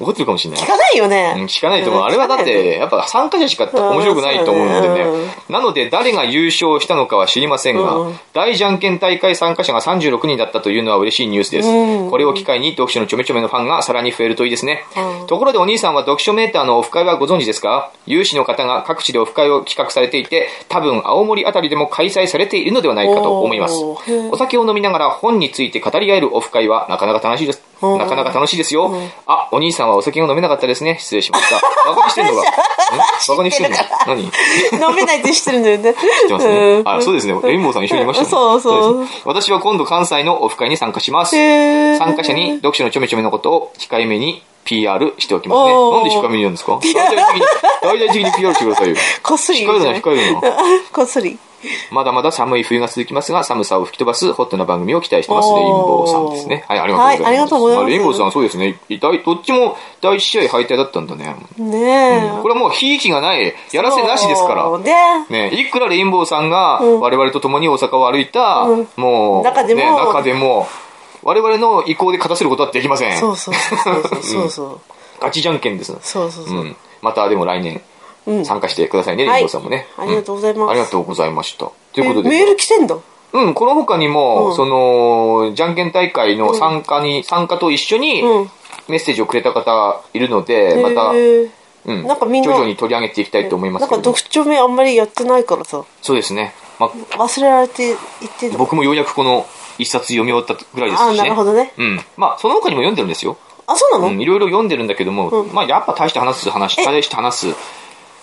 A: 怒ってるかもしれない
B: 聞。かないよね。
A: うん聞かないと思う。あれはだっ
B: 聞かない
A: て、やっぱ参加者しか
B: ん
A: 面白くないと思うので
B: そうだ
A: ね
B: ね。
A: なので、誰が優勝したのかは知りませんが、
B: うん
A: 大じゃんけん大会参加者が36人だったというのは嬉しいニュースです。
B: うん
A: これを機会に読書のちょめちょめのファンがさらに増えるといいですね。
B: うん
A: ところでお兄さんは読書メーターのオフ会はご存知ですか有志の方が各地でオフ会を企画されていて、多分青森あたりでも開催されているのではないかと思います。
B: おーへー
A: お酒を飲みながら本について語り合えるオフ会はなかなか楽しいです。
B: うん
A: なかなか楽しいですよ。あ、お兄さんはお酒が飲めなかったですね。失礼しました。バカに
B: [LAUGHS]
A: してんのか。んバカにしてんのか。何知っ
B: 飲めないって知ってるんだよね。知って
A: ますね。あ、そうですね。レインボーさん一緒にいましたね。
B: そうそう
A: ですね私は今度関西のオフ会に参加します。
B: へー
A: 参加者に読書のちょめちょめのことを控えめに PR しておきますね。
B: おー
A: なんで控えめに言うんですか大々的に、大々的に PR してください
B: [LAUGHS]
A: よ。
B: こっそり。
A: 控えるな、控えるな。
B: [LAUGHS] こっそり。
A: まだまだ寒い冬が続きますが、寒さを吹き飛ばすホットな番組を期待してます。
B: おー
A: レインボーさんですね。はい、ありがとうございます。
B: はいありがとうございます
A: あレインボーさん、そうですね。いたいどっちも第一試合敗退だったんだね。
B: ねえ。
A: これはもう、ひいきがない、やらせなしですから。
B: ね
A: ね、いくらレインボーさんが、我々と共に大阪を歩いた、
B: うん
A: もう、
B: 中でも
A: ね、中でも、我々の意向で勝たせることはできません。
B: そうそうそうそうそ
A: [LAUGHS]
B: うそう。
A: ガチじゃんけんです。
B: そうそうそうう。
A: ん。また、でも来年、
B: うん
A: 参加してくださいね、レインボーさんもね。
B: はいありがとうございます
A: んありがとうございました。ということで。
B: えメール来てんだ。
A: うん、この他にも、
B: うん
A: その、じゃんけん大会の参加に、参加と一緒に
B: うん、
A: メッセージをくれた方いるので、また、
B: へえ
A: うん、
B: なんかみんな
A: 徐々に取り上げていきたいと思います
B: なん
A: け
B: か
A: ども
B: 読書目あんまりやってないからさ、
A: そうですね。まあ、
B: 忘れられていってんの。
A: 僕もようやくこの一冊読み終わったぐらいですしね。
B: あなるほどね
A: うん。まあ、その他にも読んでるんですよ。
B: あ、そうな
A: うん、
B: の
A: いろいろ読んでるんだけども、まあ、やっぱ大して話す話、
B: え
A: 大して話す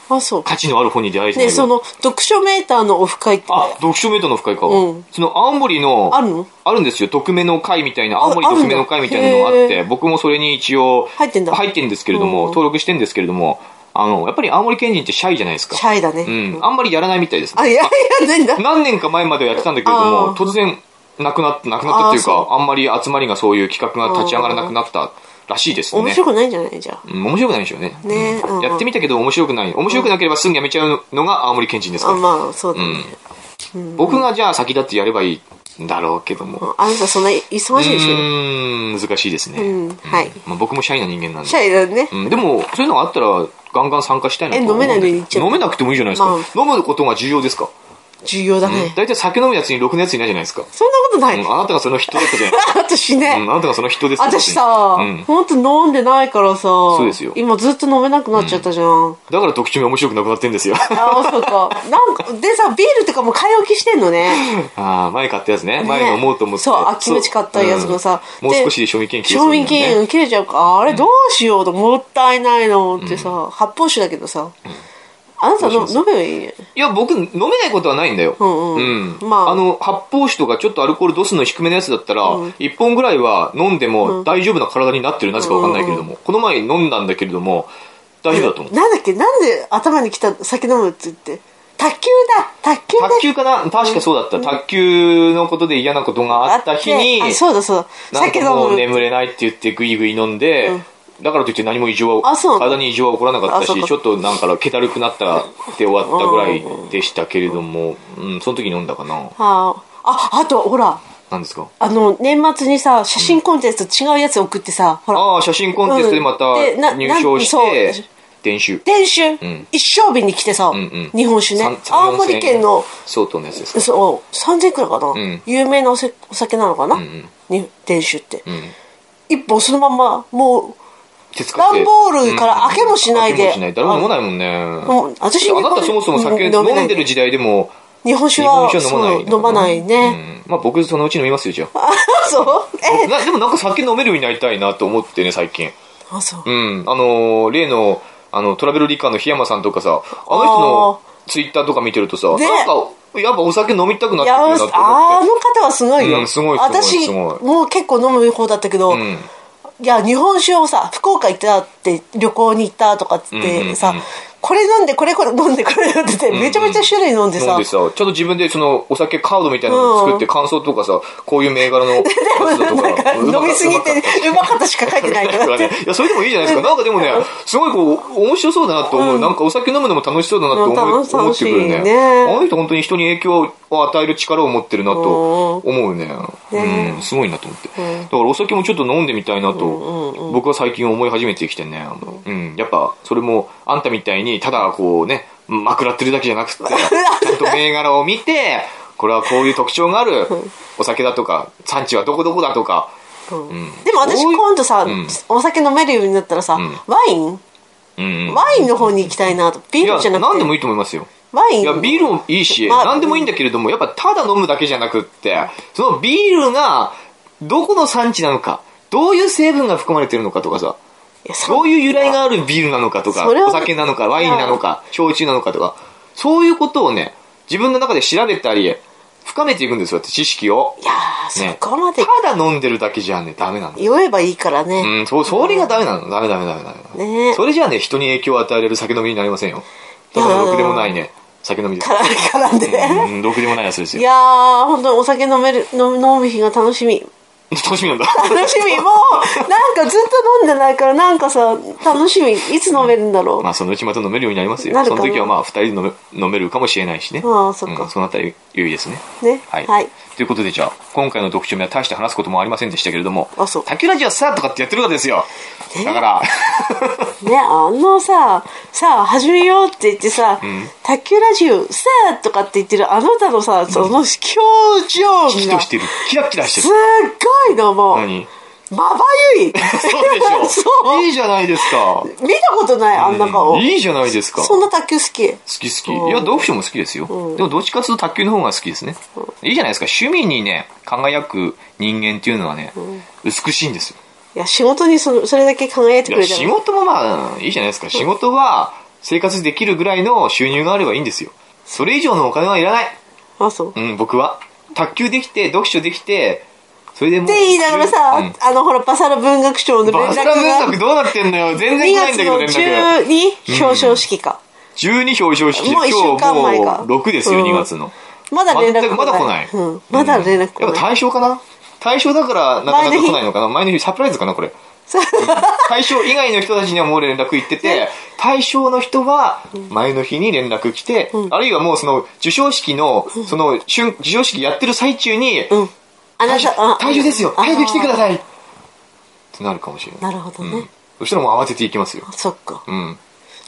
B: あ、そう。
A: 価値のある本に出会えてない
B: ねその、読書メーターのオフ会って。
A: あ、読書メーターの深いか。
B: うん
A: その青森の、
B: あるの
A: あるんですよ。匿名の会みたいな、青森
B: あるんだ
A: 匿名の会みたいなのがあって、
B: へ
A: 僕もそれに一応、
B: 入ってんだ
A: 入ってんですけれども、
B: うん
A: 登録してんですけれども、あの、やっぱり青森県人ってシャイじゃないですか。
B: シャイだね。
A: うん。あんまりやらないみたいです、
B: あ、いやいや、なんだ。
A: 何年か前まではやってたんだけれども、
B: あー
A: 突然、なくなった、なくなったっていう
B: あー
A: か、あんまり集まりがそういう企画が立ち上がらなくなったらしいですね。
B: 面白くないんじゃないじゃあ。
A: うん面白くないんでしょうね。
B: ね
A: うん
B: うん
A: やってみたけど面白くない。面白くなければすぐやめちゃうのが青森県人ですか
B: あ、
A: ら。
B: まあ、そうだね。
A: 僕がじゃあ先立ってやればいいんだろうけども。
B: あなたそんな忙しいでし
A: う
B: ょ。
A: ーん難しいですね、
B: うんはい
A: まあ、僕もシャイな人間なんで
B: シ、ャイだね。
A: うん、でもそういうのがあったらガンガン参加したいなと
B: え
A: 思うんだけど
B: 飲めないのに行っちゃう
A: 飲めなくてもいいじゃないですか、飲むことが重要ですか
B: 重要だね。
A: 大体酒飲むやつにろくなやついないじゃないですか、
B: そんなことな
A: う
B: い。
A: んあなたがその人だったじゃない
B: 私ね。
A: うんあなたがその人ですよ
B: 私さ、
A: うん、
B: ほんと飲んでないからさ、
A: うですよ
B: 今ずっと飲めなくなっちゃったじゃん。
A: だから特徴が面白くなくなってんですよ [LAUGHS]
B: ああ、そうか。なんか、でさ、ビールとかも買い置きしてんのね。
A: ああ前買ったやつね
B: ね
A: 前の思うと思って
B: そう、秋口買ったやつがさ。
A: うんもう少しで賞味期限切れ
B: 賞
A: そうに
B: 味
A: な
B: 期
A: るね
B: 限切れちゃうから、あれどうしようと、もったいないのってさ、発泡酒だけどさ。あなた
A: どう
B: の
A: し
B: 飲めばいいね。
A: いや、僕、飲めないことはないんだよ。
B: んうんまあ
A: あの、発泡酒とかちょっとアルコール度数の低めのやつだったら、一1本ぐらいは飲んでも大丈夫な体になってるなぜかわかんないけれども、この前飲んだんだけれども、大丈夫だと思う。
B: なんだっけ、なんで頭に来た酒飲むって言って。卓球だ卓球だ
A: 卓球かな確かそうだった。卓球のことで嫌なことがあった日に
B: あ、そうだそうだ。
A: なん
B: 酒
A: か
B: 飲
A: もう
B: む。
A: 眠れないって言ってグイグイ飲んで、だからといって何も異常は
B: あそう
A: 体に異常は起こらなかった
B: あそう
A: し
B: か
A: ちょっとなんか気だるくなったって終わったぐらいでしたけれども、うん、その時飲んだかな
B: はあ、あ、あと、ほら、
A: なんですか
B: あの、年末にさ、写真コンテスト違うやつ送ってさ、ほら、
A: ああ写真コンテストでまた
B: うんでな
A: 入賞し
B: なんそう
A: て練習
B: 練習、
A: ん
B: 一生日に来てさ、
A: んうん
B: 日本酒ね
A: 三、三
B: 青森県の、
A: 相当のやつですか
B: そう、3000くらいかな、
A: ん
B: 有名なおせお酒なのかな、
A: ん
B: に練習って、
A: ん
B: 一本そのまま、も
A: 手使って
B: 段ボールから開けもしない
A: 開
B: で
A: けもしない誰も飲まないもんね
B: う、もう私
A: あなたそもそも酒飲んで
B: る。
A: る時代でも
B: 日本酒
A: 日本
B: は
A: 酒は飲まないのか
B: そう飲まないね。
A: うんまあ僕そのうち飲みますよじゃあ
B: [LAUGHS] あ、そうえ、
A: なでもなんか酒飲めるようになりたいなと思ってね最近
B: あ、そう。
A: うんあのー例のあのトラベルリカーの檜山さんとかさあの人のツイッターとか見てるとさ、
B: ね
A: なんかやっぱお酒飲みたくなっ
B: い
A: てく
B: や
A: るな
B: あ
A: と思って
B: の方はすごいよ、
A: うんすごいすごい
B: 私
A: すごい
B: もう結構飲む方だったけど、
A: ん
B: いや日本酒をさ福岡行ったって旅行に行ったとかっつってさ、
A: うんうんうん
B: これ飲んでこれこれ飲んでこれ飲んでってめちゃめちゃ種類飲んでさ、
A: 飲んでさちょっと自分でそのお酒カードみたいなのを作って感想とかさこういう銘柄のやつだと
B: [LAUGHS] なん
A: か
B: か飲みすぎてうまかったしか書いてないからっ
A: ね
B: [LAUGHS] て。、
A: [LAUGHS] いやそれでもいいじゃないですかなんかでもねすごいこう面白そうだなと思う、なんかお酒飲むのも楽しそうだなと思,、
B: うん楽し
A: 思ってくるね
B: 楽しいね
A: あの人本当に人に影響を与える力を持ってるなと思うね
B: ね
A: うんすごいなと思って、だからお酒もちょっと飲んでみたいなと、僕は最近思い始めてきてね、うん、やっぱそれもあんたみたいにただこうねまくらってるだけじゃなく [LAUGHS] てちゃんと銘柄を見てこれはこういう特徴があるお酒だとか産地はどこどこだとか
B: でも私
A: おい
B: 今度さ、
A: ん
B: お酒飲めるようになったらさ、ワイン
A: うんうん
B: ワインの方に行きたいなとビ
A: い
B: ー
A: や
B: ルじゃなくて
A: 何でもいいと思いますよ
B: ワイン
A: いや、ビールもいいし、
B: まあ
A: 何でもいいんだけれども、やっぱただ飲むだけじゃなくって、そのビールが、どこの産地なのか、どういう成分が含まれてるのかとかさ、
B: いや
A: どういう由来があるビールなのかとか、
B: それは
A: お酒なのか、ワインなのか、焼酎なのかとか、そういうことをね、自分の中で調べたり、深めていくんですよ、知識を。
B: いやー、
A: ね
B: そこまで
A: ただ飲んでるだけじゃね、ダメなの。
B: 酔えばいいからね、
A: うん、そう、それがダメなの。ダメダメダメダメ。
B: ねえ
A: それじゃあね、人に影響を与えれる酒飲みになりませんよ。だか
B: いや
A: ら、
B: ー
A: ろくでもないね、酒飲みです。
B: 絡んで、
A: うん、ろくでもないやつです
B: い
A: よ。
B: やー、本当にお酒飲める、飲飲む日が楽しみ。
A: 楽しみなんだ。
B: 楽し
A: [LAUGHS]
B: み、もう、なんかずっと飲んでないから、なんかさ、楽しみ、いつ飲めるんだろう。
A: まあ、そのうちまた飲めるようになりますよ。
B: なる
A: そ
B: かな
A: の時はまあ、二人で飲め飲めるかもしれないしね。
B: ああそっか
A: うんそのあたり、良いですね。
B: ね
A: はい。
B: はい
A: ということで、じゃあ、今回の読書目は大して話すこともありませんでしたけれども、
B: あそう
A: 竹ラジはさ、とかってやってるわけですよ。だから、
B: ね、あのさ、さあ、始めようって言ってさ、卓球ラジオ、さあとかって言ってるあなたのさ、その表情が、
A: キとしてる。キラキラして
B: す
A: る
B: っ。ごいの、もう、
A: 何
B: まばゆ
A: そう
B: い。
A: でし
B: [LAUGHS] そ
A: ょ。
B: う
A: いいじゃないですか。
B: 見たことない、あんな顔。
A: いいじゃないですか。
B: そんな卓球好き。
A: 好き好き。いや、読書も好きですよ。でも、どっちかというと卓球の方が好きですね。いいじゃないですか。趣味にね、輝く人間っていうのはね、美しいんですよ。
B: いや、仕事にそのそれだけ輝いて
A: いや
B: くれたら
A: 仕事もまあ、いいじゃないですか。仕事は生活できるぐらいの収入があればいいんですよ。それ以上のお金はいらない。
B: あ、そう。
A: うん、僕は。卓球できて、読書できて、それでもう。
B: って言いながらさ、
A: うん
B: あのほらバサラ文学賞の連
A: バ
B: 絡
A: スラ文
B: が
A: 学どうなってんのよ。全然
B: 2
A: 来ないん
B: 月
A: だけど、
B: の
A: 連
B: [LAUGHS]
A: 絡。
B: 12表彰式か、
A: 12表彰式。
B: もう一週間前か
A: 今日もう6ですよ、
B: うん
A: 2月の。
B: まだ連絡
A: 全くまだ来ない。
B: うん、まだ連絡来
A: やっぱ
B: ない、
A: 対象かな対象だからなかなか来ないのかな前の日サプライズかなこ
B: [LAUGHS]
A: れ。対象以外の人たちにはもう連絡行ってて、対象の人は前の日に連絡来て、あるいはもうその授賞式の、その瞬、授賞式やってる最中に、
B: うん、あな
A: 対象
B: たあ
A: 対象ですよ早く来てくだ
B: い
A: さいってなるかもしれない。
B: なるほどね、
A: うんそしたらもう慌てて行きますよ。
B: そっか
A: うん。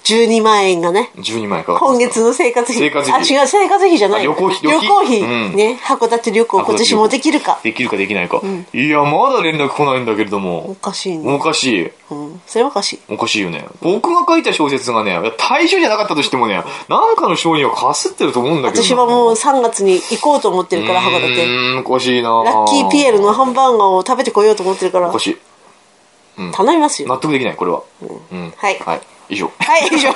B: 12万円がね
A: 12万円かかってます
B: 今月の生活費
A: 生活費
B: あ違う生活費じゃない
A: あ旅行費
B: 旅
A: 旅
B: 行
A: 行
B: 費
A: 費うん
B: ね函館旅行今年もできるか
A: できるかできないか。いや、まだ連絡来ないんだけれど
B: お
A: も。
B: かしいね、
A: おかしい。
B: うん、それはおかしい
A: おかしいよね。僕が書いた小説がね、いや大賞じゃなかったとしてもね、なんかの賞にはかすってると思うんだけどな。
B: 私はもう3月に行こうと思ってるから函
A: う
B: 館
A: ーん、おかしいな
B: ラッキーピエールのハンバーガーを食べてこようと思ってるから
A: おかしい。
B: 頼みますよ
A: 納得できない、これは。うん。
B: はい
A: はい。以上。
B: はい、以上。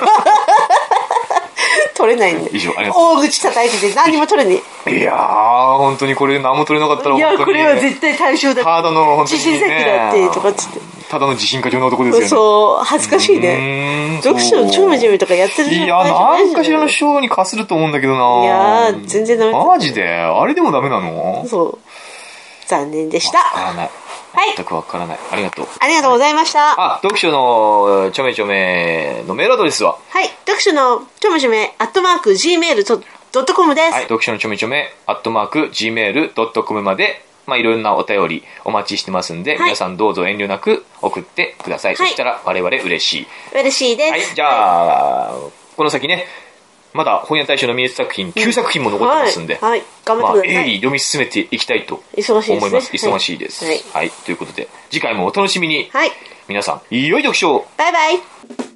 B: 取れないんで。
A: 以上ありがとう
B: 大口叩いてて何にも取れね
A: いやー、本当にこれ何も取れなかった
B: え。
A: ら
B: いや、
A: 本
B: こ
A: 当に
B: れは絶対対象だ。
A: ただの本当
B: 自
A: にね
B: 信作だって、とかっつって。
A: ただの自信過剰な男ですよね。
B: そう、恥ずかしいう
A: ー
B: ね。
A: ん
B: 読書の超真面目とかやってる
A: いや、
B: 大丈夫
A: なんかしらの賞にかすると思うんだけどない
B: やー全然ダメだ
A: マジであれでもダメなの
B: そう。残念でした。
A: あらない。
B: はい
A: 全くわからない。ありがとう。
B: ありがとうございました。は
A: あ、読書のちょめちょめのメールアドレスは、
B: い、読書のちょめちょめ、アットマーク、gmail.com です。
A: はい、読書のちょめちょめ、アットマーク、gmail.com まで、まあ、いろんなお便りお待ちしてますんで、
B: い
A: 皆さんどうぞ遠慮なく送ってください。
B: はい
A: そしたら我々嬉しい。
B: 嬉しいです。
A: はい、じゃあ、この先ね、まだ本屋大賞のミエ作品、9作品も残ってますんで、
B: はいはい頑張
A: ま
B: っ
A: あ、
B: てください
A: 鋭利に読み進めていきたいと
B: 忙しいですね
A: 思います。
B: はい
A: 忙しいです。
B: はい
A: はい、ということで、次回もお楽しみに。
B: はい
A: 皆さん、良い読書を
B: バイバイ。